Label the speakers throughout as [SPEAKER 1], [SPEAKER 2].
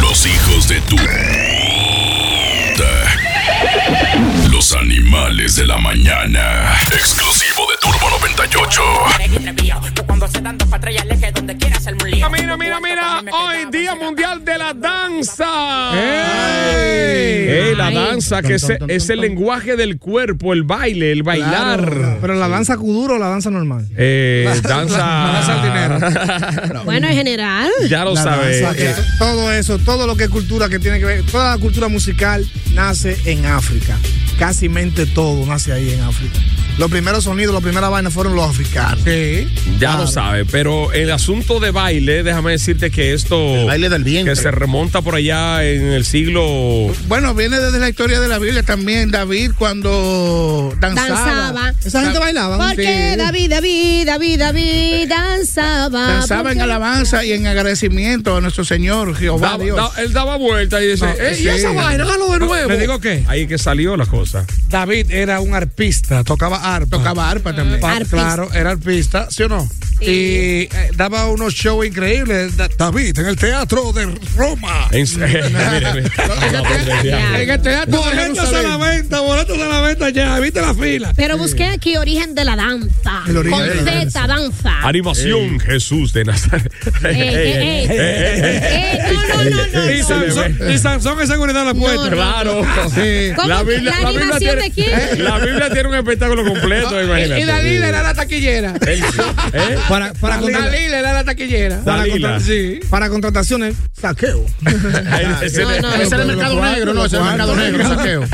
[SPEAKER 1] Los hijos de tuta. Los animales de la mañana. Exclusivo de Turbo 98.
[SPEAKER 2] Mira, Ah, mira, mira, mira. Hoy Día Mundial de la Danza.
[SPEAKER 3] ¡Ey!
[SPEAKER 2] ¡Ey! La
[SPEAKER 3] Ay.
[SPEAKER 2] danza, que
[SPEAKER 3] Tom,
[SPEAKER 2] es,
[SPEAKER 3] tom, tom,
[SPEAKER 2] es
[SPEAKER 3] tom,
[SPEAKER 2] el
[SPEAKER 3] tom.
[SPEAKER 2] lenguaje del cuerpo, el baile, el bailar.
[SPEAKER 3] Pero la danza kuduro o la danza normal.
[SPEAKER 2] Eh, danza.
[SPEAKER 3] la danza
[SPEAKER 2] al dinero.
[SPEAKER 4] Bueno, en general.
[SPEAKER 2] ya lo
[SPEAKER 3] La
[SPEAKER 2] sabes.
[SPEAKER 3] danza, que
[SPEAKER 2] Eh,
[SPEAKER 3] todo eso, todo lo que es cultura que tiene que ver, toda la cultura musical nace en África. Casi mente todo nace ahí en África. Los primeros sonidos, las primeras vainas fueron los africanos. Sí.
[SPEAKER 2] eh, Ya lo sabe, pero el asunto de baile, déjame decirte que esto.
[SPEAKER 5] El baile del vientre.
[SPEAKER 2] Que se remonta por allá en el siglo.
[SPEAKER 5] Bueno, viene desde la historia de la Biblia también. David cuando danzaba.
[SPEAKER 4] Danzaba.
[SPEAKER 3] Esa gente bailaba.
[SPEAKER 4] Porque
[SPEAKER 5] Sí.
[SPEAKER 4] David, David, David, David danzaba.
[SPEAKER 5] Danzaba en
[SPEAKER 4] Porque-
[SPEAKER 5] alabanza y en agradecimiento a nuestro Señor Jehová
[SPEAKER 2] daba-
[SPEAKER 5] Dios.
[SPEAKER 2] da- él daba vuelta y dice,
[SPEAKER 3] No,
[SPEAKER 2] "Ey,
[SPEAKER 3] sí.
[SPEAKER 2] ¿y esa vaina? Hágalo de nuevo.
[SPEAKER 3] ¿Le digo qué?
[SPEAKER 2] Ahí que salió la cosa.
[SPEAKER 3] David era un arpista, tocaba arpa.
[SPEAKER 5] Tocaba arpa también.
[SPEAKER 3] Pa-
[SPEAKER 4] Arpista.
[SPEAKER 3] Claro, era arpista, ¿sí o no? Y eh, daba unos shows increíbles. Da- David, en el teatro de Roma.
[SPEAKER 2] En serio, mire, mire.
[SPEAKER 4] Ya.
[SPEAKER 5] En el teatro de
[SPEAKER 3] Boletos a la
[SPEAKER 5] Jerusalén.
[SPEAKER 3] venta, boletos a la venta ya, viste la fila.
[SPEAKER 4] Pero busqué aquí origen de la danza.
[SPEAKER 3] El origen
[SPEAKER 4] Con
[SPEAKER 3] de la
[SPEAKER 4] Z, danza.
[SPEAKER 2] Animación Jesús de Nazaret.
[SPEAKER 4] Ey, ey, ey. Ey, no, no, no, no,
[SPEAKER 3] Y
[SPEAKER 4] no.
[SPEAKER 3] Sansón, y Sansón en seguridad la puerta.
[SPEAKER 4] No, no.
[SPEAKER 2] Claro.
[SPEAKER 4] ¿Cómo que- la animación
[SPEAKER 2] tiene,
[SPEAKER 4] de quién?
[SPEAKER 2] la Biblia tiene un espectáculo completo, imagínate.
[SPEAKER 5] Y Dalila era la taquillera.
[SPEAKER 2] Él sí, ¿eh?
[SPEAKER 3] Para, para, contra-
[SPEAKER 5] Dalila era la taquillera.
[SPEAKER 3] para
[SPEAKER 2] Dalila.
[SPEAKER 3] contra- sí, para contrataciones, saqueo.
[SPEAKER 2] Pues, Ese-
[SPEAKER 4] No, no.
[SPEAKER 2] ese-
[SPEAKER 5] Ese era el mercado negro, no, ese era el mercado negro, saqueo.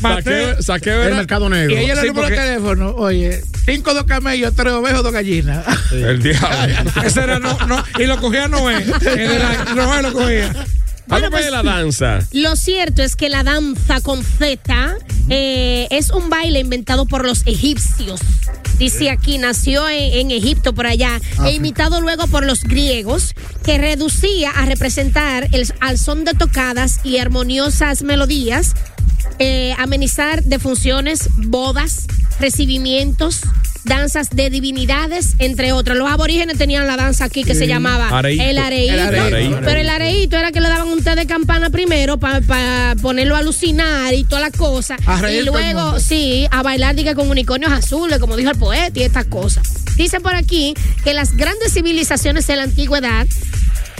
[SPEAKER 2] Saqueo, saqueo
[SPEAKER 5] El
[SPEAKER 2] era-
[SPEAKER 5] mercado negro. Y ella
[SPEAKER 3] Sí,
[SPEAKER 5] le número
[SPEAKER 3] porque-
[SPEAKER 5] de teléfono, oye, cinco dos camellos, tres ovejos, dos gallinas.
[SPEAKER 2] El diablo.
[SPEAKER 3] Ese era no, no, y lo cogía Noé. Era- Noé lo cogía.
[SPEAKER 2] Háblame de la danza.
[SPEAKER 4] Lo cierto es que la danza con Z eh, es un baile inventado por los egipcios. Dice aquí, nació en, en Egipto por allá e imitado luego por los griegos, que reducía a representar el, al son de tocadas y armoniosas melodías, eh, amenizar de funciones, bodas, recibimientos, danzas de divinidades, entre otras. Los aborígenes tenían la danza aquí que se llamaba
[SPEAKER 2] Areíto.
[SPEAKER 4] el areíto.
[SPEAKER 2] El areíto.
[SPEAKER 4] Pero el areíto era que le daban un té de campana primero para ponerlo a alucinar y toda la cosa.
[SPEAKER 5] A
[SPEAKER 4] Y
[SPEAKER 5] reír todo el
[SPEAKER 4] luego,
[SPEAKER 5] mundo.
[SPEAKER 4] sí, a bailar diga, con unicornios azules, como dijo el poeta y estas cosas. Dice por aquí que las grandes civilizaciones de la antigüedad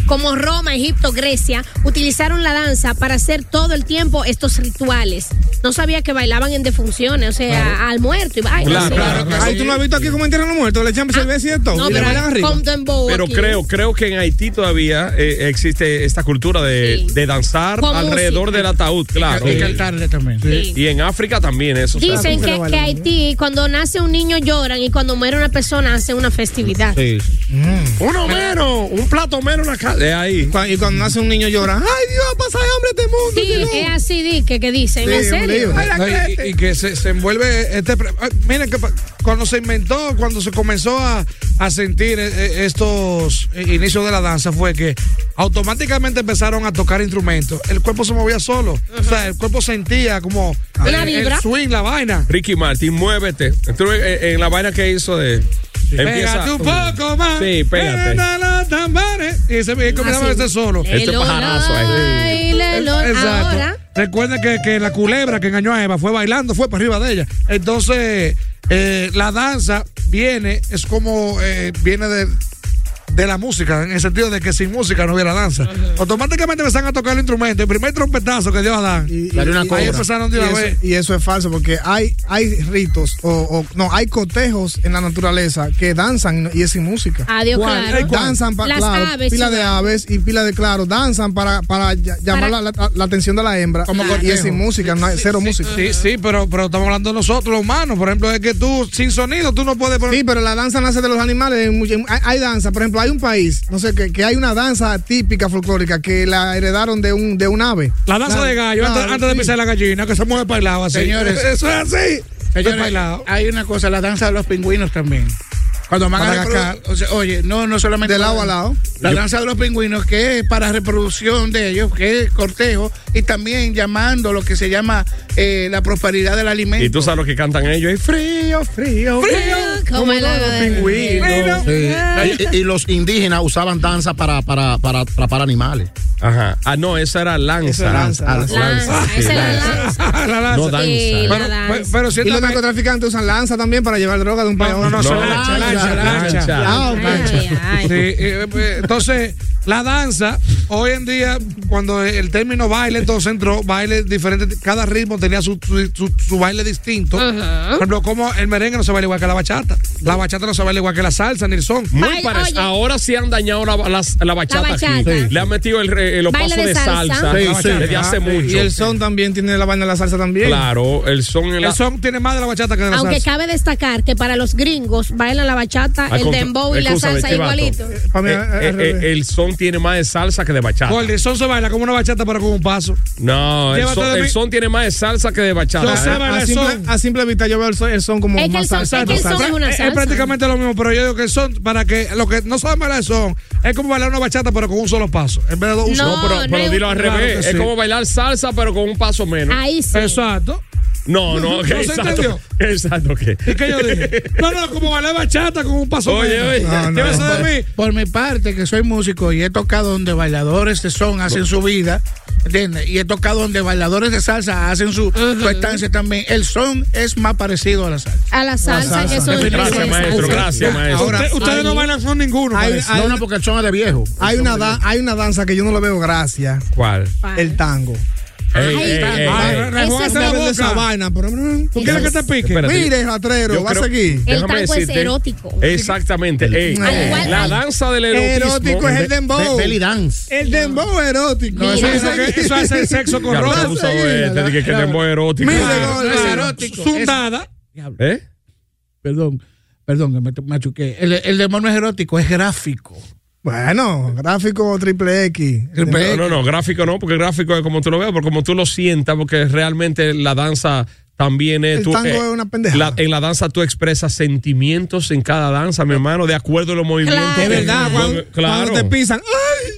[SPEAKER 4] como Roma, Egipto, Grecia, utilizaron la danza para hacer todo el tiempo estos rituales. No sabía que bailaban en defunciones, o sea, al muerto y vaina.
[SPEAKER 2] Claro,
[SPEAKER 4] sí.
[SPEAKER 2] claro, claro.
[SPEAKER 3] Ahí tú no has visto aquí cómo entierran los muertos, le echan cerveza y de todo.
[SPEAKER 4] No,
[SPEAKER 3] y le
[SPEAKER 4] pero
[SPEAKER 3] bailan arriba.
[SPEAKER 4] con dembow
[SPEAKER 2] Pero
[SPEAKER 4] aquí.
[SPEAKER 2] creo, creo que en Haití todavía eh, existe esta cultura de,
[SPEAKER 4] Sí.
[SPEAKER 2] de danzar
[SPEAKER 4] Con
[SPEAKER 2] alrededor
[SPEAKER 4] música.
[SPEAKER 2] del ataúd, claro.
[SPEAKER 5] Y cantarle también.
[SPEAKER 4] Sí.
[SPEAKER 2] Y en África también eso. se hace.
[SPEAKER 4] Dicen que,
[SPEAKER 3] bailan,
[SPEAKER 4] que
[SPEAKER 3] ¿no?
[SPEAKER 4] Haití, cuando nace un niño lloran y cuando muere una persona hace una festividad.
[SPEAKER 3] Mm.
[SPEAKER 2] Uno menos, un plato menos una casa. De ahí.
[SPEAKER 3] Cuando- Y cuando nace un niño llora, ay Dios, pasa hambre este mundo.
[SPEAKER 4] Sí, eh.
[SPEAKER 3] si no".
[SPEAKER 4] es así, di, que, que dicen.
[SPEAKER 3] Sí,
[SPEAKER 4] ¿En
[SPEAKER 3] un
[SPEAKER 4] serio?
[SPEAKER 3] libro. No, y-
[SPEAKER 5] crete.
[SPEAKER 3] y, y que se, se envuelve este. pre- ay, Miren que pa- cuando se inventó, cuando se comenzó a, a sentir eh, eh, estos eh, inicios de la danza, fue que automáticamente empezaron a tocar instrumentos. El cuerpo se movía solo. O sea, el cuerpo sentía como
[SPEAKER 4] Una
[SPEAKER 3] el- el,
[SPEAKER 4] vibra.
[SPEAKER 3] swing, la vaina.
[SPEAKER 2] Ricky Martin, muévete. Entonces, eh, en la vaina que hizo de. Empieza.
[SPEAKER 3] Pégate un poco más.
[SPEAKER 2] Sí, pégate.
[SPEAKER 3] Ven a los tambores. Y se y comenzaba a
[SPEAKER 4] Así.
[SPEAKER 3] hacer solo.
[SPEAKER 2] Este
[SPEAKER 4] Lelón,
[SPEAKER 2] pajarazo ahí.
[SPEAKER 4] ay, lelón.
[SPEAKER 3] Exacto.
[SPEAKER 4] Ahora,
[SPEAKER 3] Recuerda que, que la culebra que engañó a Eva fue bailando, fue para arriba de ella. Entonces, eh, la danza viene, es como eh, viene de, de la música, en el sentido de que sin música no hubiera danza. Automáticamente empezaron a tocar el instrumento. El primer trompetazo que dio Adán.
[SPEAKER 6] Y- y-
[SPEAKER 5] Dale una
[SPEAKER 6] y-
[SPEAKER 5] cobra.
[SPEAKER 6] y-
[SPEAKER 3] empezaron de una
[SPEAKER 6] y eso-
[SPEAKER 3] vez.
[SPEAKER 6] Y eso es falso porque hay, hay ritos o, o- no, hay cotejos en la naturaleza que danzan y es sin música.
[SPEAKER 4] Adiós, claro.
[SPEAKER 6] eh, Danzan para
[SPEAKER 4] Las aves,
[SPEAKER 6] pila de
[SPEAKER 4] chica.
[SPEAKER 6] aves y pila de claro, danzan para, para ll- llamar
[SPEAKER 4] Para-
[SPEAKER 6] la, la- la atención de la hembra
[SPEAKER 5] Como
[SPEAKER 6] y es
[SPEAKER 5] cortejo.
[SPEAKER 6] sin música, no hay- cero música.
[SPEAKER 3] Sí, sí, pero, pero estamos hablando de nosotros, los humanos. Por ejemplo, es que tú, sin sonido, tú no puedes poner.
[SPEAKER 6] Sí, pero la danza nace de los animales. en mucho- en- Hay, hay danza, por ejemplo, hay un país, no sé, que, que hay una danza típica folclórica que la heredaron de un, de un ave.
[SPEAKER 3] La danza
[SPEAKER 6] Claro,
[SPEAKER 3] de gallo,
[SPEAKER 6] claro,
[SPEAKER 3] antes, antes de
[SPEAKER 6] sí.
[SPEAKER 3] pisar la gallina, que se mueve bailado así.
[SPEAKER 5] Señores.
[SPEAKER 3] Eso es así.
[SPEAKER 5] Señores,
[SPEAKER 3] bailado.
[SPEAKER 5] hay una cosa, la danza de los pingüinos también. Cuando van a
[SPEAKER 6] Madagascar.
[SPEAKER 5] reprodu- o sea, oye, no, no solamente.
[SPEAKER 6] De lado
[SPEAKER 5] para-
[SPEAKER 6] a lado.
[SPEAKER 5] La danza de los pingüinos, que es para reproducción de ellos, que es cortejo, y también llamando lo que se llama eh, la prosperidad del alimento.
[SPEAKER 2] Y tú sabes lo que cantan ellos. Es frío, frío,
[SPEAKER 4] Como el agua de-
[SPEAKER 7] Y, y los indígenas usaban danza para, para, para atrapar animales.
[SPEAKER 2] Ajá. Ah, no, esa era lanza.
[SPEAKER 6] Esa era lanza,
[SPEAKER 2] Ah,
[SPEAKER 6] lanza.
[SPEAKER 4] Lanza,
[SPEAKER 2] sí,
[SPEAKER 4] esa era
[SPEAKER 2] lanza.
[SPEAKER 4] lanza.
[SPEAKER 3] la
[SPEAKER 2] No
[SPEAKER 3] danza.
[SPEAKER 2] danza.
[SPEAKER 4] Sí, la
[SPEAKER 3] pero, pero,
[SPEAKER 4] danza.
[SPEAKER 3] pero
[SPEAKER 6] Y los
[SPEAKER 3] siéntame-
[SPEAKER 6] narcotraficantes usan lanza también para llevar droga de un país a
[SPEAKER 3] No,
[SPEAKER 6] otro.
[SPEAKER 3] no,
[SPEAKER 2] No,
[SPEAKER 3] no, lancha, lancha,
[SPEAKER 2] lancha,
[SPEAKER 3] lancha.
[SPEAKER 2] lancha.
[SPEAKER 6] Ah, ok.
[SPEAKER 4] Ay, ay.
[SPEAKER 3] Sí, eh, pues, entonces, la danza, hoy en día, cuando el término baile, entonces entró baile diferente, cada ritmo tenía su, su, su- su baile distinto.
[SPEAKER 4] Ajá.
[SPEAKER 3] Por ejemplo, como el merengue no se baila igual que la bachata, la bachata no se baila igual que la salsa, ni el son.
[SPEAKER 2] Muy
[SPEAKER 4] Baila- oye.
[SPEAKER 2] parecido. Ahora sí han dañado la, las- la bachata.
[SPEAKER 4] La
[SPEAKER 2] aquí.
[SPEAKER 4] bachata.
[SPEAKER 2] Le han metido el, eh, los
[SPEAKER 4] Baile
[SPEAKER 2] pasos
[SPEAKER 4] de
[SPEAKER 2] de salsa,
[SPEAKER 4] salsa.
[SPEAKER 2] la bachata, desde hace
[SPEAKER 3] Ah,
[SPEAKER 2] mucho.
[SPEAKER 6] Ah, Y el son también tiene la vaina de la salsa también.
[SPEAKER 2] Claro, el son en la-
[SPEAKER 3] El son tiene más de la bachata que de la
[SPEAKER 4] Aunque
[SPEAKER 3] salsa.
[SPEAKER 4] cabe destacar que para los gringos bailan la bachata,
[SPEAKER 2] Al
[SPEAKER 4] el
[SPEAKER 2] contra-
[SPEAKER 4] dembow y la
[SPEAKER 2] escúchame,
[SPEAKER 4] salsa
[SPEAKER 2] este vato.
[SPEAKER 4] igualito.
[SPEAKER 6] Para mí,
[SPEAKER 2] Eh,
[SPEAKER 6] al- al
[SPEAKER 2] eh,
[SPEAKER 6] revés.
[SPEAKER 2] eh, el son tiene más de salsa que de bachata.
[SPEAKER 3] Gordy, el son se baila como una bachata, pero con un paso.
[SPEAKER 2] No, el
[SPEAKER 3] Llévate
[SPEAKER 2] son,
[SPEAKER 3] de
[SPEAKER 2] el
[SPEAKER 3] mí.
[SPEAKER 2] son tiene más de salsa que de bachata.
[SPEAKER 3] Yo sé
[SPEAKER 2] ¿eh?
[SPEAKER 3] bailar
[SPEAKER 6] a,
[SPEAKER 3] el
[SPEAKER 6] simple,
[SPEAKER 3] son.
[SPEAKER 6] a simple vista yo veo el son, el son como
[SPEAKER 4] Es que
[SPEAKER 6] más
[SPEAKER 4] el son-
[SPEAKER 6] salsa.
[SPEAKER 4] es que el son- es una
[SPEAKER 3] es,
[SPEAKER 4] salsa.
[SPEAKER 3] Eh, prácticamente lo mismo, pero yo digo que el son, para que los que no saben bailar el son, es como bailar una bachata, pero con un solo paso. En vez de dos, un
[SPEAKER 4] No,
[SPEAKER 2] No, pero,
[SPEAKER 4] no
[SPEAKER 2] pero
[SPEAKER 4] es-
[SPEAKER 2] dilo al
[SPEAKER 3] Claro
[SPEAKER 2] revés.
[SPEAKER 3] que
[SPEAKER 2] Es
[SPEAKER 3] sí.
[SPEAKER 2] como bailar salsa, pero con un paso menos.
[SPEAKER 4] Ahí sí.
[SPEAKER 3] solo. Exacto.
[SPEAKER 2] No, no, que
[SPEAKER 3] no se entendió.
[SPEAKER 2] exacto. Exacto, ¿qué?
[SPEAKER 3] ¿Y qué yo dije? No, no, como bailar bachata con un paso
[SPEAKER 2] Oye,
[SPEAKER 3] menos.
[SPEAKER 2] oye.
[SPEAKER 3] No, no. Llévese de mí.
[SPEAKER 5] Por mi parte, que soy músico y he tocado donde bailadores de son hacen su vida, ¿entiendes? Y he tocado donde bailadores de salsa hacen su, su estancia también. El son es más parecido a la salsa.
[SPEAKER 4] A la salsa, que son
[SPEAKER 2] Gracias,
[SPEAKER 4] gringos.
[SPEAKER 2] maestro. Gracias, maestro.
[SPEAKER 3] Ahora,
[SPEAKER 6] Ahora,
[SPEAKER 3] ustedes no bailan con ninguno.
[SPEAKER 6] Hay,
[SPEAKER 3] parece.
[SPEAKER 6] hay-
[SPEAKER 7] No, no, porque el son es de viejo.
[SPEAKER 6] hay una da- hay una danza que yo no le veo gracia,
[SPEAKER 2] ¿Cuál?
[SPEAKER 6] el tango.
[SPEAKER 2] Ey, ey,
[SPEAKER 5] Eh,
[SPEAKER 2] ey,
[SPEAKER 3] Ay,
[SPEAKER 2] ey.
[SPEAKER 4] Ese es
[SPEAKER 3] rejuégate
[SPEAKER 6] No
[SPEAKER 3] la
[SPEAKER 6] veo
[SPEAKER 3] boca.
[SPEAKER 6] esa vaina, pero mm,
[SPEAKER 3] ¿Tú quieres que te pique?
[SPEAKER 2] Espérate.
[SPEAKER 6] mire, ratrero,
[SPEAKER 2] Yo
[SPEAKER 6] vas
[SPEAKER 2] creo-
[SPEAKER 6] a seguir.
[SPEAKER 4] El
[SPEAKER 2] Déjame
[SPEAKER 4] tango es
[SPEAKER 2] decirte-
[SPEAKER 4] erótico.
[SPEAKER 2] Exactamente. ey,
[SPEAKER 6] Al
[SPEAKER 2] ey,
[SPEAKER 4] igual-
[SPEAKER 2] la
[SPEAKER 4] al-
[SPEAKER 2] danza del erotismo.
[SPEAKER 6] Erótico es el dembow.
[SPEAKER 7] Be- belly dance.
[SPEAKER 6] El dembow erótico.
[SPEAKER 4] No,
[SPEAKER 3] Eso,
[SPEAKER 4] Mira.
[SPEAKER 3] eso que- eso es el sexo con
[SPEAKER 2] Ya lo
[SPEAKER 3] ropa.
[SPEAKER 2] que tú sabes,
[SPEAKER 6] Seguida,
[SPEAKER 2] te dije que
[SPEAKER 5] claro.
[SPEAKER 2] dembow erótico.
[SPEAKER 6] Mira,
[SPEAKER 2] Ah,
[SPEAKER 6] no,
[SPEAKER 5] es
[SPEAKER 6] claro.
[SPEAKER 5] erótico.
[SPEAKER 3] Sundada.
[SPEAKER 2] ¿Eh?
[SPEAKER 5] Perdón, perdón, que me te- machuqué. El, el demonio es erótico, es gráfico.
[SPEAKER 6] Bueno, gráfico triple X.
[SPEAKER 2] No, no, no, gráfico no, porque gráfico es como tú lo veas, porque como tú lo sientas, porque realmente la danza también es...
[SPEAKER 6] El
[SPEAKER 2] tú, eh,
[SPEAKER 6] tango es una pendejada.
[SPEAKER 2] la- en la danza tú expresas sentimientos en cada danza, mi hermano, de acuerdo a los movimientos.
[SPEAKER 4] Claro.
[SPEAKER 2] que-
[SPEAKER 4] Es
[SPEAKER 6] verdad,
[SPEAKER 2] Bueno,
[SPEAKER 6] Eh, cuando,
[SPEAKER 2] claro.
[SPEAKER 6] cuando te pisan. ¡Ay!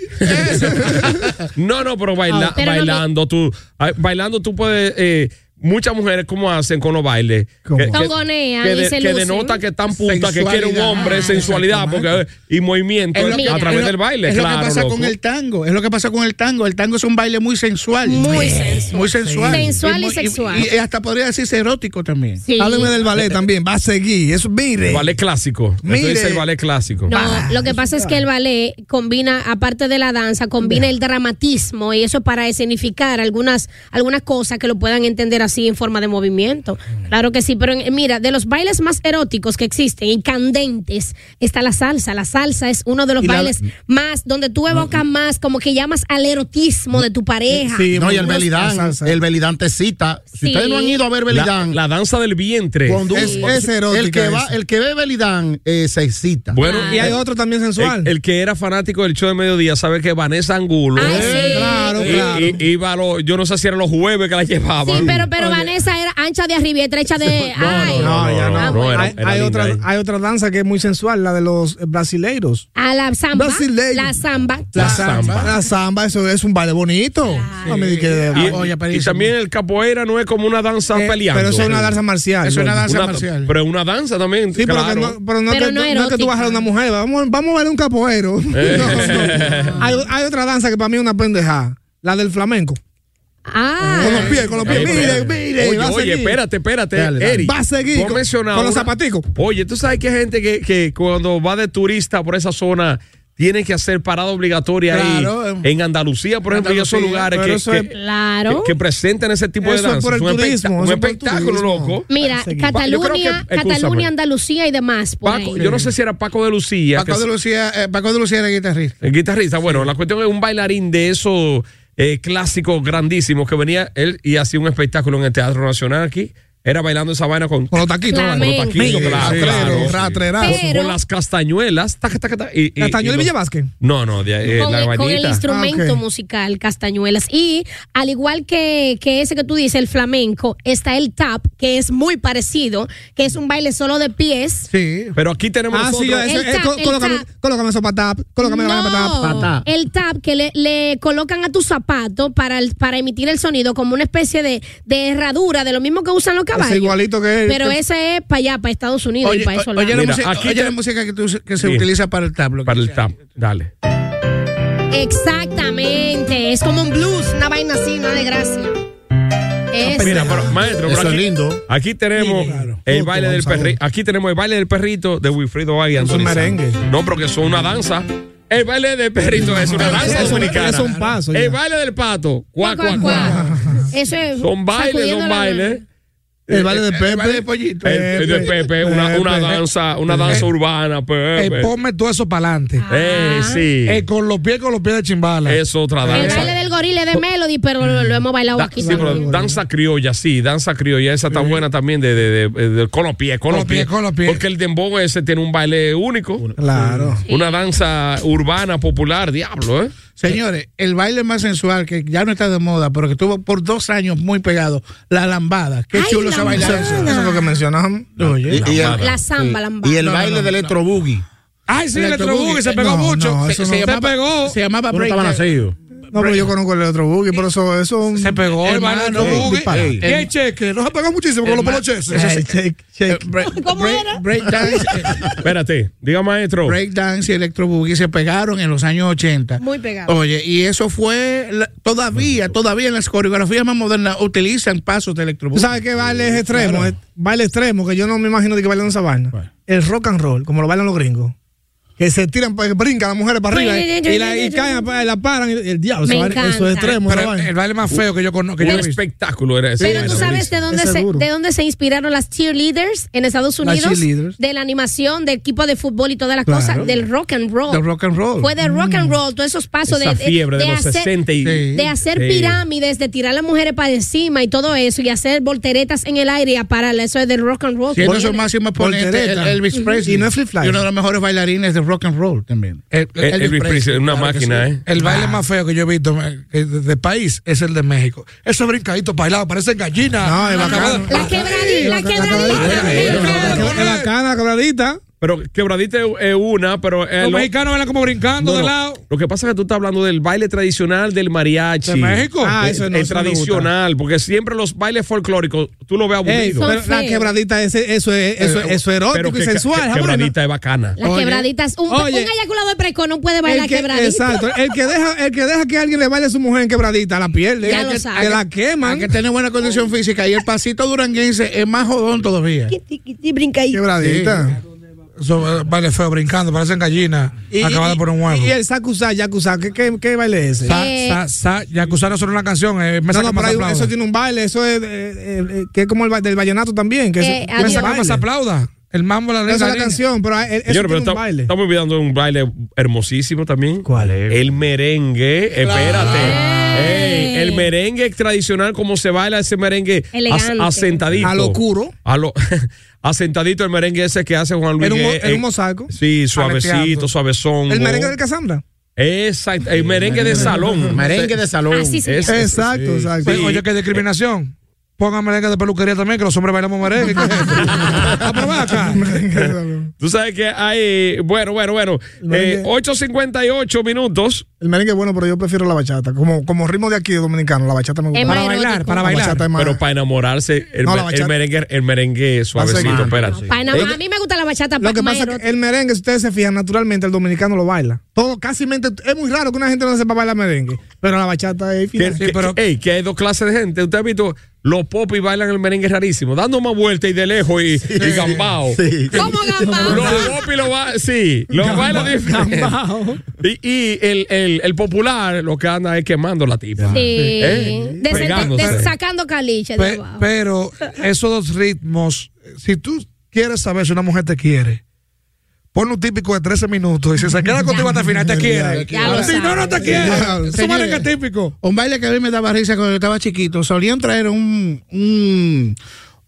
[SPEAKER 2] No, no, pero, baila-
[SPEAKER 4] Ah, pero no me-
[SPEAKER 2] bailando tú, ay, bailando tú puedes... eh, Muchas mujeres, ¿cómo hacen con los bailes?
[SPEAKER 6] ¿Cómo?
[SPEAKER 4] Tongonean
[SPEAKER 2] que,
[SPEAKER 4] y se
[SPEAKER 2] que
[SPEAKER 4] lucen.
[SPEAKER 2] denota que están puta, que
[SPEAKER 5] Sensualidad.
[SPEAKER 2] quiere un hombre,
[SPEAKER 5] Ah,
[SPEAKER 2] sensualidad porque, y movimiento
[SPEAKER 4] Es lo que-
[SPEAKER 2] a través
[SPEAKER 4] es lo-
[SPEAKER 2] del baile.
[SPEAKER 5] es
[SPEAKER 2] claro,
[SPEAKER 5] lo que pasa con
[SPEAKER 2] loco.
[SPEAKER 5] el tango. Es lo que pasa con el tango. El tango es un baile muy sensual.
[SPEAKER 4] Muy sensual.
[SPEAKER 5] Muy sensual.
[SPEAKER 4] Sensual y
[SPEAKER 5] muy-
[SPEAKER 4] sexual.
[SPEAKER 5] Y, y hasta podría decirse erótico también.
[SPEAKER 4] Sí.
[SPEAKER 6] Hábleme del
[SPEAKER 3] Eh,
[SPEAKER 6] ballet también. Va a seguir. Eso, mire.
[SPEAKER 2] El ballet clásico. Eso
[SPEAKER 6] Mire.
[SPEAKER 2] dice el ballet clásico.
[SPEAKER 4] No, lo que pasa es que el ballet combina, aparte de la danza, combina el dramatismo y eso para escenificar algunas, algunas cosas que lo puedan entender así en forma de movimiento. Claro que sí, pero en- mira, de los bailes más eróticos que existen y candentes está la salsa. La salsa es uno de los
[SPEAKER 6] Y la-
[SPEAKER 4] bailes más, donde tú evocas más, como que llamas al erotismo de tu pareja.
[SPEAKER 7] No, y el
[SPEAKER 6] muy-
[SPEAKER 7] belly
[SPEAKER 6] la
[SPEAKER 7] dance.
[SPEAKER 6] salsa.
[SPEAKER 7] El belly dance te cita.
[SPEAKER 4] Sí.
[SPEAKER 7] Si ustedes no han ido a ver belly
[SPEAKER 2] La,
[SPEAKER 7] dance,
[SPEAKER 2] la danza del vientre.
[SPEAKER 7] cuando-
[SPEAKER 6] Es- es erótica
[SPEAKER 7] el que, va,
[SPEAKER 6] esa.
[SPEAKER 7] el que ve belly dance eh, se excita.
[SPEAKER 2] Bueno,
[SPEAKER 6] Ah, Y hay otro también sensual.
[SPEAKER 2] el, el que era fanático del show de mediodía sabe que Vanessa Angulo
[SPEAKER 4] Ay, sí.
[SPEAKER 6] Eh, claro,
[SPEAKER 2] i-
[SPEAKER 6] claro.
[SPEAKER 2] i- iba a los- yo no sé si eran los jueves que la
[SPEAKER 4] Sí,
[SPEAKER 2] llevaban.
[SPEAKER 4] pero, pero Vanessa era ancha de arriba y estrecha de.
[SPEAKER 2] No, no,
[SPEAKER 4] ay.
[SPEAKER 5] Ah,
[SPEAKER 2] no, no, no,
[SPEAKER 6] ya no.
[SPEAKER 2] no, no, era-
[SPEAKER 6] hay,
[SPEAKER 2] era
[SPEAKER 6] hay
[SPEAKER 2] linda
[SPEAKER 6] otra,
[SPEAKER 2] ahí.
[SPEAKER 6] hay otra danza que es muy sensual, la de los eh, brasileiros.
[SPEAKER 4] A la samba.
[SPEAKER 6] Brasileño.
[SPEAKER 4] La samba.
[SPEAKER 2] La samba.
[SPEAKER 6] La samba, eso es un baile bonito. No me di que-
[SPEAKER 2] Y,
[SPEAKER 6] Ah, Oye, pero
[SPEAKER 2] y
[SPEAKER 6] eso-
[SPEAKER 2] también el capoeira no es como una danza
[SPEAKER 6] eh,
[SPEAKER 2] peleando.
[SPEAKER 6] Pero eso es una danza marcial.
[SPEAKER 5] Es una
[SPEAKER 6] Gordo.
[SPEAKER 5] danza
[SPEAKER 2] Una-
[SPEAKER 5] marcial.
[SPEAKER 2] Pero es una danza también.
[SPEAKER 6] Sí, pero, que
[SPEAKER 2] claro.
[SPEAKER 6] no, pero no
[SPEAKER 4] Pero
[SPEAKER 6] que,
[SPEAKER 4] no
[SPEAKER 6] no- no es que tú
[SPEAKER 4] erótica.
[SPEAKER 6] vas a una mujer, vamos, vamos a ver un capoeiro.
[SPEAKER 2] Eh.
[SPEAKER 6] No, no. Hay, hay otra danza que para mí es una pendejada, la del flamenco.
[SPEAKER 4] Ah.
[SPEAKER 6] Con los pies, con los pies.
[SPEAKER 2] Ay,
[SPEAKER 6] Mire,
[SPEAKER 2] Eh, pero-
[SPEAKER 6] mire,
[SPEAKER 2] Oye,
[SPEAKER 6] va a
[SPEAKER 2] oye,
[SPEAKER 6] seguir.
[SPEAKER 2] espérate, espérate,
[SPEAKER 6] Dale, dale.
[SPEAKER 2] Eric.
[SPEAKER 6] Va a seguir
[SPEAKER 2] Tú
[SPEAKER 6] con-
[SPEAKER 2] mencionabas
[SPEAKER 6] con los
[SPEAKER 2] una-
[SPEAKER 6] zapaticos.
[SPEAKER 2] Oye, tú sabes que hay gente que, que cuando va de turista por esa zona tienen que hacer parada obligatoria ahí.
[SPEAKER 6] Claro.
[SPEAKER 2] En Andalucía, por ejemplo, y esos
[SPEAKER 6] Andalucía,
[SPEAKER 2] lugares
[SPEAKER 6] pero
[SPEAKER 2] que,
[SPEAKER 6] eso
[SPEAKER 2] que-
[SPEAKER 6] es-
[SPEAKER 4] Claro.
[SPEAKER 2] que- que presentan ese tipo
[SPEAKER 6] Eso
[SPEAKER 2] de
[SPEAKER 6] es
[SPEAKER 2] danza.
[SPEAKER 6] por el
[SPEAKER 2] un espectá-
[SPEAKER 6] turismo,
[SPEAKER 2] un
[SPEAKER 6] eso es por el
[SPEAKER 2] espectáculo,
[SPEAKER 6] turismo.
[SPEAKER 2] loco.
[SPEAKER 4] Mira,
[SPEAKER 2] seguimos. Yo creo
[SPEAKER 4] Cataluña,
[SPEAKER 2] que- escúchame.
[SPEAKER 4] Cataluña, Andalucía y demás. por
[SPEAKER 2] Paco,
[SPEAKER 4] ahí.
[SPEAKER 2] yo no sé si era Paco de Lucía. que
[SPEAKER 5] Paco de
[SPEAKER 2] es-
[SPEAKER 5] Lucía, eh, Paco de Lucía era guitarrista.
[SPEAKER 2] El guitarrista, bueno, la cuestión es un bailarín de esos eh, clásicos grandísimos que venía él y hacía un espectáculo en el Teatro Nacional aquí. Era bailando esa vaina con,
[SPEAKER 6] Con los taquitos.
[SPEAKER 4] Claro.
[SPEAKER 6] ¿vale?
[SPEAKER 2] con los
[SPEAKER 4] Amén.
[SPEAKER 2] taquitos, claro,
[SPEAKER 6] Sí,
[SPEAKER 2] claro.
[SPEAKER 6] rastrero, rastrero.
[SPEAKER 4] Pero-
[SPEAKER 2] Con- Con las castañuelas. taca, taca, taca, y- y-
[SPEAKER 6] Castañuela
[SPEAKER 2] y los-
[SPEAKER 6] Villa Vázquez.
[SPEAKER 2] No, no, de, eh,
[SPEAKER 4] con,
[SPEAKER 2] la
[SPEAKER 4] el, con el
[SPEAKER 2] vainita.
[SPEAKER 4] instrumento
[SPEAKER 6] Ah, ok.
[SPEAKER 4] musical, castañuelas. Y al igual que, que ese que tú dices, el flamenco, está el tap, que es muy parecido, que es un baile solo de pies.
[SPEAKER 6] Sí.
[SPEAKER 2] Pero aquí tenemos
[SPEAKER 6] Ah,
[SPEAKER 2] nosotros-
[SPEAKER 6] sí, eso,
[SPEAKER 4] El
[SPEAKER 6] eh,
[SPEAKER 4] tap,
[SPEAKER 6] co-
[SPEAKER 4] el
[SPEAKER 6] colócame,
[SPEAKER 4] tap.
[SPEAKER 6] colócame eso para tap, colócame la vaina para tap.
[SPEAKER 7] patá.
[SPEAKER 4] el tap que le, le colocan a tu zapato para, el- para emitir el sonido como una especie de, de herradura, de lo mismo que usan los caballos.
[SPEAKER 6] igualito que- este.
[SPEAKER 4] Pero
[SPEAKER 6] que-
[SPEAKER 4] ese es para allá, para Estados Unidos y
[SPEAKER 5] Oye,
[SPEAKER 4] para eso.
[SPEAKER 5] o-
[SPEAKER 4] la-
[SPEAKER 5] oye la,
[SPEAKER 2] Mira,
[SPEAKER 5] música,
[SPEAKER 2] aquí
[SPEAKER 5] oye
[SPEAKER 2] te-
[SPEAKER 5] la música que, tú- que se
[SPEAKER 2] Sí.
[SPEAKER 5] utiliza para el tablo.
[SPEAKER 2] para el tap. Dale.
[SPEAKER 4] Exactamente, es como un blues, una vaina así, no de gracia. Es-
[SPEAKER 2] Mira, pero, maestro, pero
[SPEAKER 7] Eso es
[SPEAKER 2] aquí,
[SPEAKER 7] lindo.
[SPEAKER 2] aquí tenemos el baile del perrito. Aquí tenemos el baile del perrito de Wilfrido Valle y Anthony
[SPEAKER 6] merengue.
[SPEAKER 2] Santos. No, porque son una danza. El baile del perrito es una danza
[SPEAKER 6] Eso-
[SPEAKER 2] dominicana.
[SPEAKER 6] eso es un paso, ya.
[SPEAKER 2] El baile del pato. Cuá,
[SPEAKER 4] Cuá,
[SPEAKER 2] cuá,
[SPEAKER 4] cuá.
[SPEAKER 2] cuá.
[SPEAKER 4] Eso es.
[SPEAKER 2] Son bailes,
[SPEAKER 4] sacudiendo
[SPEAKER 2] son
[SPEAKER 4] la
[SPEAKER 2] bailes.
[SPEAKER 6] El baile de Pepe.
[SPEAKER 5] baile de pollito.
[SPEAKER 2] El, el de Pepe, una,
[SPEAKER 6] Pepe.
[SPEAKER 2] una danza, una danza urbana,
[SPEAKER 3] Eh,
[SPEAKER 2] Pepe.
[SPEAKER 3] ponme todo eso para adelante.
[SPEAKER 4] Ah.
[SPEAKER 2] Eh, sí.
[SPEAKER 6] Ah.
[SPEAKER 3] Eh, con los pies, con los pies de chimbala.
[SPEAKER 2] Es otra
[SPEAKER 4] nalga.
[SPEAKER 2] danza.
[SPEAKER 4] El baile del gorila de Melody, pero lo, lo hemos bailado
[SPEAKER 2] Da-
[SPEAKER 4] aquí.
[SPEAKER 2] sí, pero
[SPEAKER 4] también.
[SPEAKER 2] danza criolla, sí, danza criolla, esa está buena también de, de, de- de- con los pies, con, los pies,
[SPEAKER 3] con los pies.
[SPEAKER 2] Porque el dembow ese tiene un baile único,
[SPEAKER 6] Claro.
[SPEAKER 2] una danza urbana popular, diablo, ¿eh?
[SPEAKER 5] Señores, el baile más sensual que ya no está de moda, pero que estuvo por dos años muy pegado, la lambada. Qué
[SPEAKER 4] Ay,
[SPEAKER 5] chulo se baila
[SPEAKER 4] lambada.
[SPEAKER 5] eso.
[SPEAKER 6] Eso es lo que mencionamos.
[SPEAKER 7] Y, y el,
[SPEAKER 4] La samba, la
[SPEAKER 7] y el
[SPEAKER 4] No, no,
[SPEAKER 7] baile
[SPEAKER 4] no.
[SPEAKER 7] del electro boogie.
[SPEAKER 3] Ay, sí, el
[SPEAKER 5] Electro
[SPEAKER 3] electrobug
[SPEAKER 5] Boogie.
[SPEAKER 3] se pegó
[SPEAKER 6] No,
[SPEAKER 3] mucho.
[SPEAKER 6] no,
[SPEAKER 3] se,
[SPEAKER 6] eso
[SPEAKER 3] se
[SPEAKER 6] no.
[SPEAKER 3] llamaba- pegó.
[SPEAKER 5] Se llamaba
[SPEAKER 7] Tú no
[SPEAKER 5] break.
[SPEAKER 7] estabas nacido.
[SPEAKER 6] No, pero yo conozco el otro boogie, pero eso, eso es un.
[SPEAKER 3] se pegó el
[SPEAKER 5] Hermano,
[SPEAKER 3] baile del
[SPEAKER 5] ey,
[SPEAKER 3] electrobug.
[SPEAKER 7] disparate.
[SPEAKER 3] Y el cheque. No se pegó muchísimo con los
[SPEAKER 5] Hermano,
[SPEAKER 3] polos cheques.
[SPEAKER 5] eso sí.
[SPEAKER 6] Shake, shake.
[SPEAKER 5] Eh, Break-
[SPEAKER 4] ¿Cómo
[SPEAKER 5] break-
[SPEAKER 4] era?
[SPEAKER 5] break dance, eh,
[SPEAKER 2] Espérate, diga maestro.
[SPEAKER 5] breakdance y electro boogie se pegaron en los años 80.
[SPEAKER 4] Muy pegado.
[SPEAKER 5] Oye, y eso fue la- todavía, todavía en las coreografías más modernas utilizan pasos de electro
[SPEAKER 6] ¿Tú
[SPEAKER 5] boogie.
[SPEAKER 6] sabes qué baile es extremo?
[SPEAKER 5] Claro.
[SPEAKER 6] Es- Baile extremo, que yo no me imagino de que bailan esa vaina. El rock and roll, como lo bailan los gringos. Que se tiran, pues, que brincan las mujeres para arriba eh, y, la, y caen, pues, la paran. y el diablo,
[SPEAKER 4] Me
[SPEAKER 6] esa vaina- eso es
[SPEAKER 4] encanta.
[SPEAKER 6] extremo. esa
[SPEAKER 3] Pero el,
[SPEAKER 6] vaina.
[SPEAKER 3] el baile más feo que yo conozco.
[SPEAKER 2] un espectáculo era ese.
[SPEAKER 4] Pero tú
[SPEAKER 2] maestro.
[SPEAKER 4] sabes de dónde,
[SPEAKER 6] Ese es
[SPEAKER 4] se,
[SPEAKER 6] duro.
[SPEAKER 4] de dónde se inspiraron las cheerleaders en Estados Unidos,
[SPEAKER 6] cheerleaders.
[SPEAKER 4] de la animación, del equipo de fútbol y todas las cosas, del rock and roll.
[SPEAKER 5] Del rock and roll.
[SPEAKER 4] Fue de rock and roll, todos esos pasos
[SPEAKER 2] Esa
[SPEAKER 4] de,
[SPEAKER 2] fiebre de, los
[SPEAKER 4] hacer-
[SPEAKER 2] 60 y
[SPEAKER 5] Sí.
[SPEAKER 4] de hacer
[SPEAKER 2] Sí.
[SPEAKER 4] pirámides, de tirar a las mujeres para encima y todo eso, y hacer volteretas en el aire y apararla. Eso es del rock and roll.
[SPEAKER 5] Siendo su
[SPEAKER 4] ¿Entiendes?
[SPEAKER 5] máximo exponente, el-
[SPEAKER 6] Voltereta.
[SPEAKER 5] Elvis
[SPEAKER 6] Ujú.
[SPEAKER 5] Presley.
[SPEAKER 6] Y no es flip-flop.
[SPEAKER 5] Y uno de los mejores bailarines de rock and roll también.
[SPEAKER 3] El,
[SPEAKER 2] Eh, Elvis Presley, una
[SPEAKER 5] claro que
[SPEAKER 2] máquina,
[SPEAKER 5] sí.
[SPEAKER 2] ¿eh?
[SPEAKER 3] el
[SPEAKER 6] Ah.
[SPEAKER 3] baile más feo que yo he visto eh, que de, de país es el de México. Ese brincadito bailado, parecen gallinas.
[SPEAKER 6] No, es bacano.
[SPEAKER 4] La quebradita, la quebradita.
[SPEAKER 3] eh,
[SPEAKER 6] La
[SPEAKER 4] me
[SPEAKER 6] que-
[SPEAKER 4] encanta.
[SPEAKER 6] la bacana, la quebradita.
[SPEAKER 2] Pero quebradita es es una, pero eh,
[SPEAKER 3] Los
[SPEAKER 2] lo,
[SPEAKER 3] mexicanos bailan como brincando
[SPEAKER 2] no,
[SPEAKER 3] de
[SPEAKER 2] no.
[SPEAKER 3] lado.
[SPEAKER 2] Lo que pasa es que tú estás hablando del baile tradicional del mariachi.
[SPEAKER 3] ¿De México?
[SPEAKER 6] Ah,
[SPEAKER 2] El-
[SPEAKER 6] eso no,
[SPEAKER 2] el
[SPEAKER 6] eso no me gusta.
[SPEAKER 2] tradicional, porque siempre los bailes folclóricos, tú lo ves
[SPEAKER 6] Ey,
[SPEAKER 2] aburrido.
[SPEAKER 6] pero la
[SPEAKER 4] feos.
[SPEAKER 6] quebradita, ese- eso es eso, es- eso es
[SPEAKER 2] pero
[SPEAKER 6] erótico
[SPEAKER 2] que
[SPEAKER 6] y
[SPEAKER 2] ca-
[SPEAKER 6] sensual.
[SPEAKER 2] que-
[SPEAKER 6] esa vaina.
[SPEAKER 2] quebradita es bacana.
[SPEAKER 4] Las
[SPEAKER 6] Oye.
[SPEAKER 4] quebraditas. Un,
[SPEAKER 6] Oye.
[SPEAKER 4] un eyaculador precoz no puede bailar
[SPEAKER 6] El que-
[SPEAKER 4] quebradita.
[SPEAKER 6] Exacto. El que, deja, el que deja que alguien le baile a su mujer en quebradita, la pierde.
[SPEAKER 4] Ya
[SPEAKER 6] Que-
[SPEAKER 4] lo
[SPEAKER 6] que
[SPEAKER 4] sabe.
[SPEAKER 6] la
[SPEAKER 5] Hay
[SPEAKER 6] queman.
[SPEAKER 5] que tener buena condición física y el pasito duranguense es más jodón todavía.
[SPEAKER 6] Quebradita.
[SPEAKER 3] Eso, eh, baile feo, brincando, parecen gallinas acabadas por un huevo.
[SPEAKER 6] Y el sacusa, yakuza, ¿qué, qué, qué baile es ese?
[SPEAKER 3] Sa-
[SPEAKER 4] Eh.
[SPEAKER 3] sa- sa- y acusaron sobre una canción. eh, me
[SPEAKER 6] No,
[SPEAKER 3] saca
[SPEAKER 6] no,
[SPEAKER 3] más
[SPEAKER 6] pero hay un-
[SPEAKER 3] aplauda.
[SPEAKER 6] eso tiene un baile, eso es eh, eh, eh, que es como el ba- del vallenato también. Que
[SPEAKER 4] Eh,
[SPEAKER 6] es,
[SPEAKER 4] adiós.
[SPEAKER 3] Me
[SPEAKER 6] es un
[SPEAKER 3] saca
[SPEAKER 6] baile.
[SPEAKER 3] más aplauda. El mambo, la
[SPEAKER 6] Esa es la
[SPEAKER 3] línea.
[SPEAKER 6] canción, pero eh, eso
[SPEAKER 2] Señores, pero
[SPEAKER 6] tiene
[SPEAKER 2] está-
[SPEAKER 6] un baile.
[SPEAKER 2] estamos olvidando de un baile hermosísimo también.
[SPEAKER 6] ¿Cuál es?
[SPEAKER 2] El merengue. Espérate. Ey, el merengue tradicional, como se baila ese merengue as-
[SPEAKER 4] Elegante.
[SPEAKER 2] asentadito.
[SPEAKER 6] A lo curo.
[SPEAKER 2] A lo- asentadito el merengue ese que hace Juan Luis.
[SPEAKER 6] Era un mo-
[SPEAKER 2] eh,
[SPEAKER 6] era un
[SPEAKER 2] eh,
[SPEAKER 6] mosaico.
[SPEAKER 2] Sí, suavecito,
[SPEAKER 3] Aleteando.
[SPEAKER 2] suavezón.
[SPEAKER 6] El merengue del Casandra.
[SPEAKER 2] Exacto. El merengue de
[SPEAKER 3] Mm.
[SPEAKER 2] salón.
[SPEAKER 7] Merengue de salón.
[SPEAKER 4] Así se llama.
[SPEAKER 2] Ese-
[SPEAKER 6] Exacto, exacto.
[SPEAKER 3] Oye, Oye, qué discriminación. Pongan merengue de peluquería también, que los hombres bailamos merengue. ¿qué es esto? Ah, pero ven acá.
[SPEAKER 2] Tú sabes que hay. Bueno, bueno, bueno. Eh,
[SPEAKER 6] merengue.
[SPEAKER 2] 8.58 minutos.
[SPEAKER 6] El merengue es bueno, pero yo prefiero la bachata. Como, como ritmo de aquí dominicano, la bachata me gusta.
[SPEAKER 4] Es más
[SPEAKER 6] Para bailar,
[SPEAKER 4] erótico.
[SPEAKER 6] para bailar. La bachata es más-
[SPEAKER 2] Pero para enamorarse, el,
[SPEAKER 6] No, la
[SPEAKER 2] me- el
[SPEAKER 6] bachata.
[SPEAKER 2] merengue, el merengue suavecito,
[SPEAKER 6] Hace-
[SPEAKER 2] espérate.
[SPEAKER 4] Pa' nada más. a mí me gusta la bachata.
[SPEAKER 6] Lo que
[SPEAKER 4] más
[SPEAKER 6] pasa es
[SPEAKER 4] erótica.
[SPEAKER 6] que el merengue, si ustedes se fijan, naturalmente el dominicano lo baila. Todo, casi mente, es muy raro que una gente no sepa bailar merengue, pero la bachata es
[SPEAKER 2] Que,
[SPEAKER 6] final.
[SPEAKER 2] que- ey, que hay dos clases de gente. Usted ha visto los popis bailan el merengue rarísimo, dando más vuelta y de lejos y, y gambao.
[SPEAKER 4] ¿Cómo gambao?
[SPEAKER 2] Los popis lo va, sí, los bailan diferente. Y, y el, el- el popular lo que anda es quemando la tipa.
[SPEAKER 4] Sí.
[SPEAKER 2] ¿Eh?
[SPEAKER 4] Des-
[SPEAKER 2] Pegándose.
[SPEAKER 4] des- sacando caliche de
[SPEAKER 6] Pe-
[SPEAKER 4] abajo.
[SPEAKER 6] pero esos dos ritmos, si tú quieres saber si una mujer te quiere, pon un típico de 13 minutos y si se queda contigo hasta el final, te quiere.
[SPEAKER 4] Ya lo
[SPEAKER 6] Si no, no te
[SPEAKER 4] sabes.
[SPEAKER 6] quiere. Eso
[SPEAKER 8] Señores.
[SPEAKER 6] es típico.
[SPEAKER 8] Un baile que a mí me daba risa cuando yo estaba chiquito. Solían traer un,
[SPEAKER 6] mm,
[SPEAKER 8] un,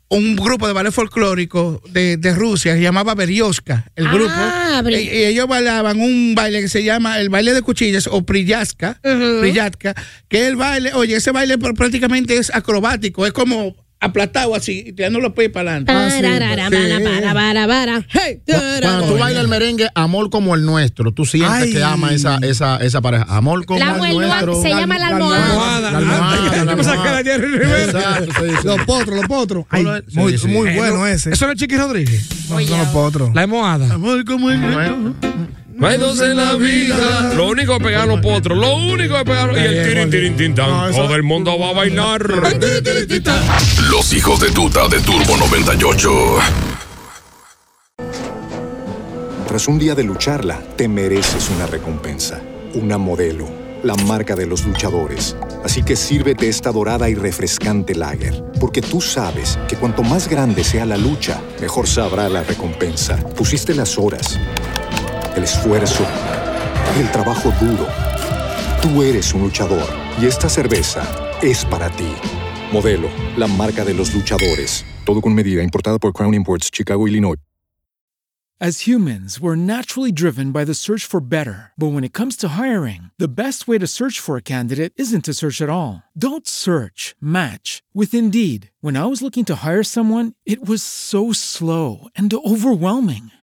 [SPEAKER 8] un grupo de ballet folclórico de, de Rusia, se llamaba Berioska, el
[SPEAKER 4] Ah,
[SPEAKER 8] grupo. Y,
[SPEAKER 4] Beri-
[SPEAKER 8] y Eh, ellos bailaban un baile que se llama el baile de cuchillas o priyaska, priyatka, que es el baile, oye, ese baile pr- prácticamente es acrobático, es como aplastado así, y tirando los pies para adelante.
[SPEAKER 4] Tararara, bara, bara, bara, bara. Hey,
[SPEAKER 9] Cuando tú
[SPEAKER 4] tarara.
[SPEAKER 9] bailas el merengue, amor como el nuestro, tú sientes
[SPEAKER 6] Ay.
[SPEAKER 9] que ama esa, esa, esa pareja. Amor como
[SPEAKER 4] La
[SPEAKER 9] el
[SPEAKER 4] muel-
[SPEAKER 9] nuestro.
[SPEAKER 4] se llama la almohada.
[SPEAKER 9] La almohada, la
[SPEAKER 6] Yo pensaba que era
[SPEAKER 9] almohada.
[SPEAKER 6] Jerry Rivera.
[SPEAKER 9] Exacto, sí, sí.
[SPEAKER 10] Los potros, los potros.
[SPEAKER 9] Ay,
[SPEAKER 10] muy
[SPEAKER 9] sí, sí.
[SPEAKER 10] muy
[SPEAKER 6] Eh,
[SPEAKER 10] bueno
[SPEAKER 6] no,
[SPEAKER 10] ese.
[SPEAKER 6] Eso no es Chiqui Rodríguez.
[SPEAKER 10] No, son los potros.
[SPEAKER 6] La almohada.
[SPEAKER 8] Amor, como el nuestro.
[SPEAKER 2] No hay dos en la vida. Lo único es pegar los potros. Lo único es pegar. Y el tirin, tirin, tin, tan. Todo el mundo va a bailar.
[SPEAKER 1] Los hijos de tuta de Turbo 98.
[SPEAKER 11] Tras un día de lucharla, te mereces una recompensa, una modelo, la marca de los luchadores. Así que sírvete esta dorada y refrescante lager, porque tú sabes que cuanto más grande sea la lucha, mejor sabrá la recompensa. Pusiste las horas, el esfuerzo, el trabajo duro. Tú eres un luchador y esta cerveza es para ti. Modelo, la marca de los luchadores. Todo con medida, importada por Crown Imports, Chicago, Illinois.
[SPEAKER 3] As humans, we're naturally driven by the search for better. But when it comes to hiring, the best way to search for a candidate isn't to search at all. Don't search, match with Indeed. When I was looking to hire someone, it was so slow and overwhelming.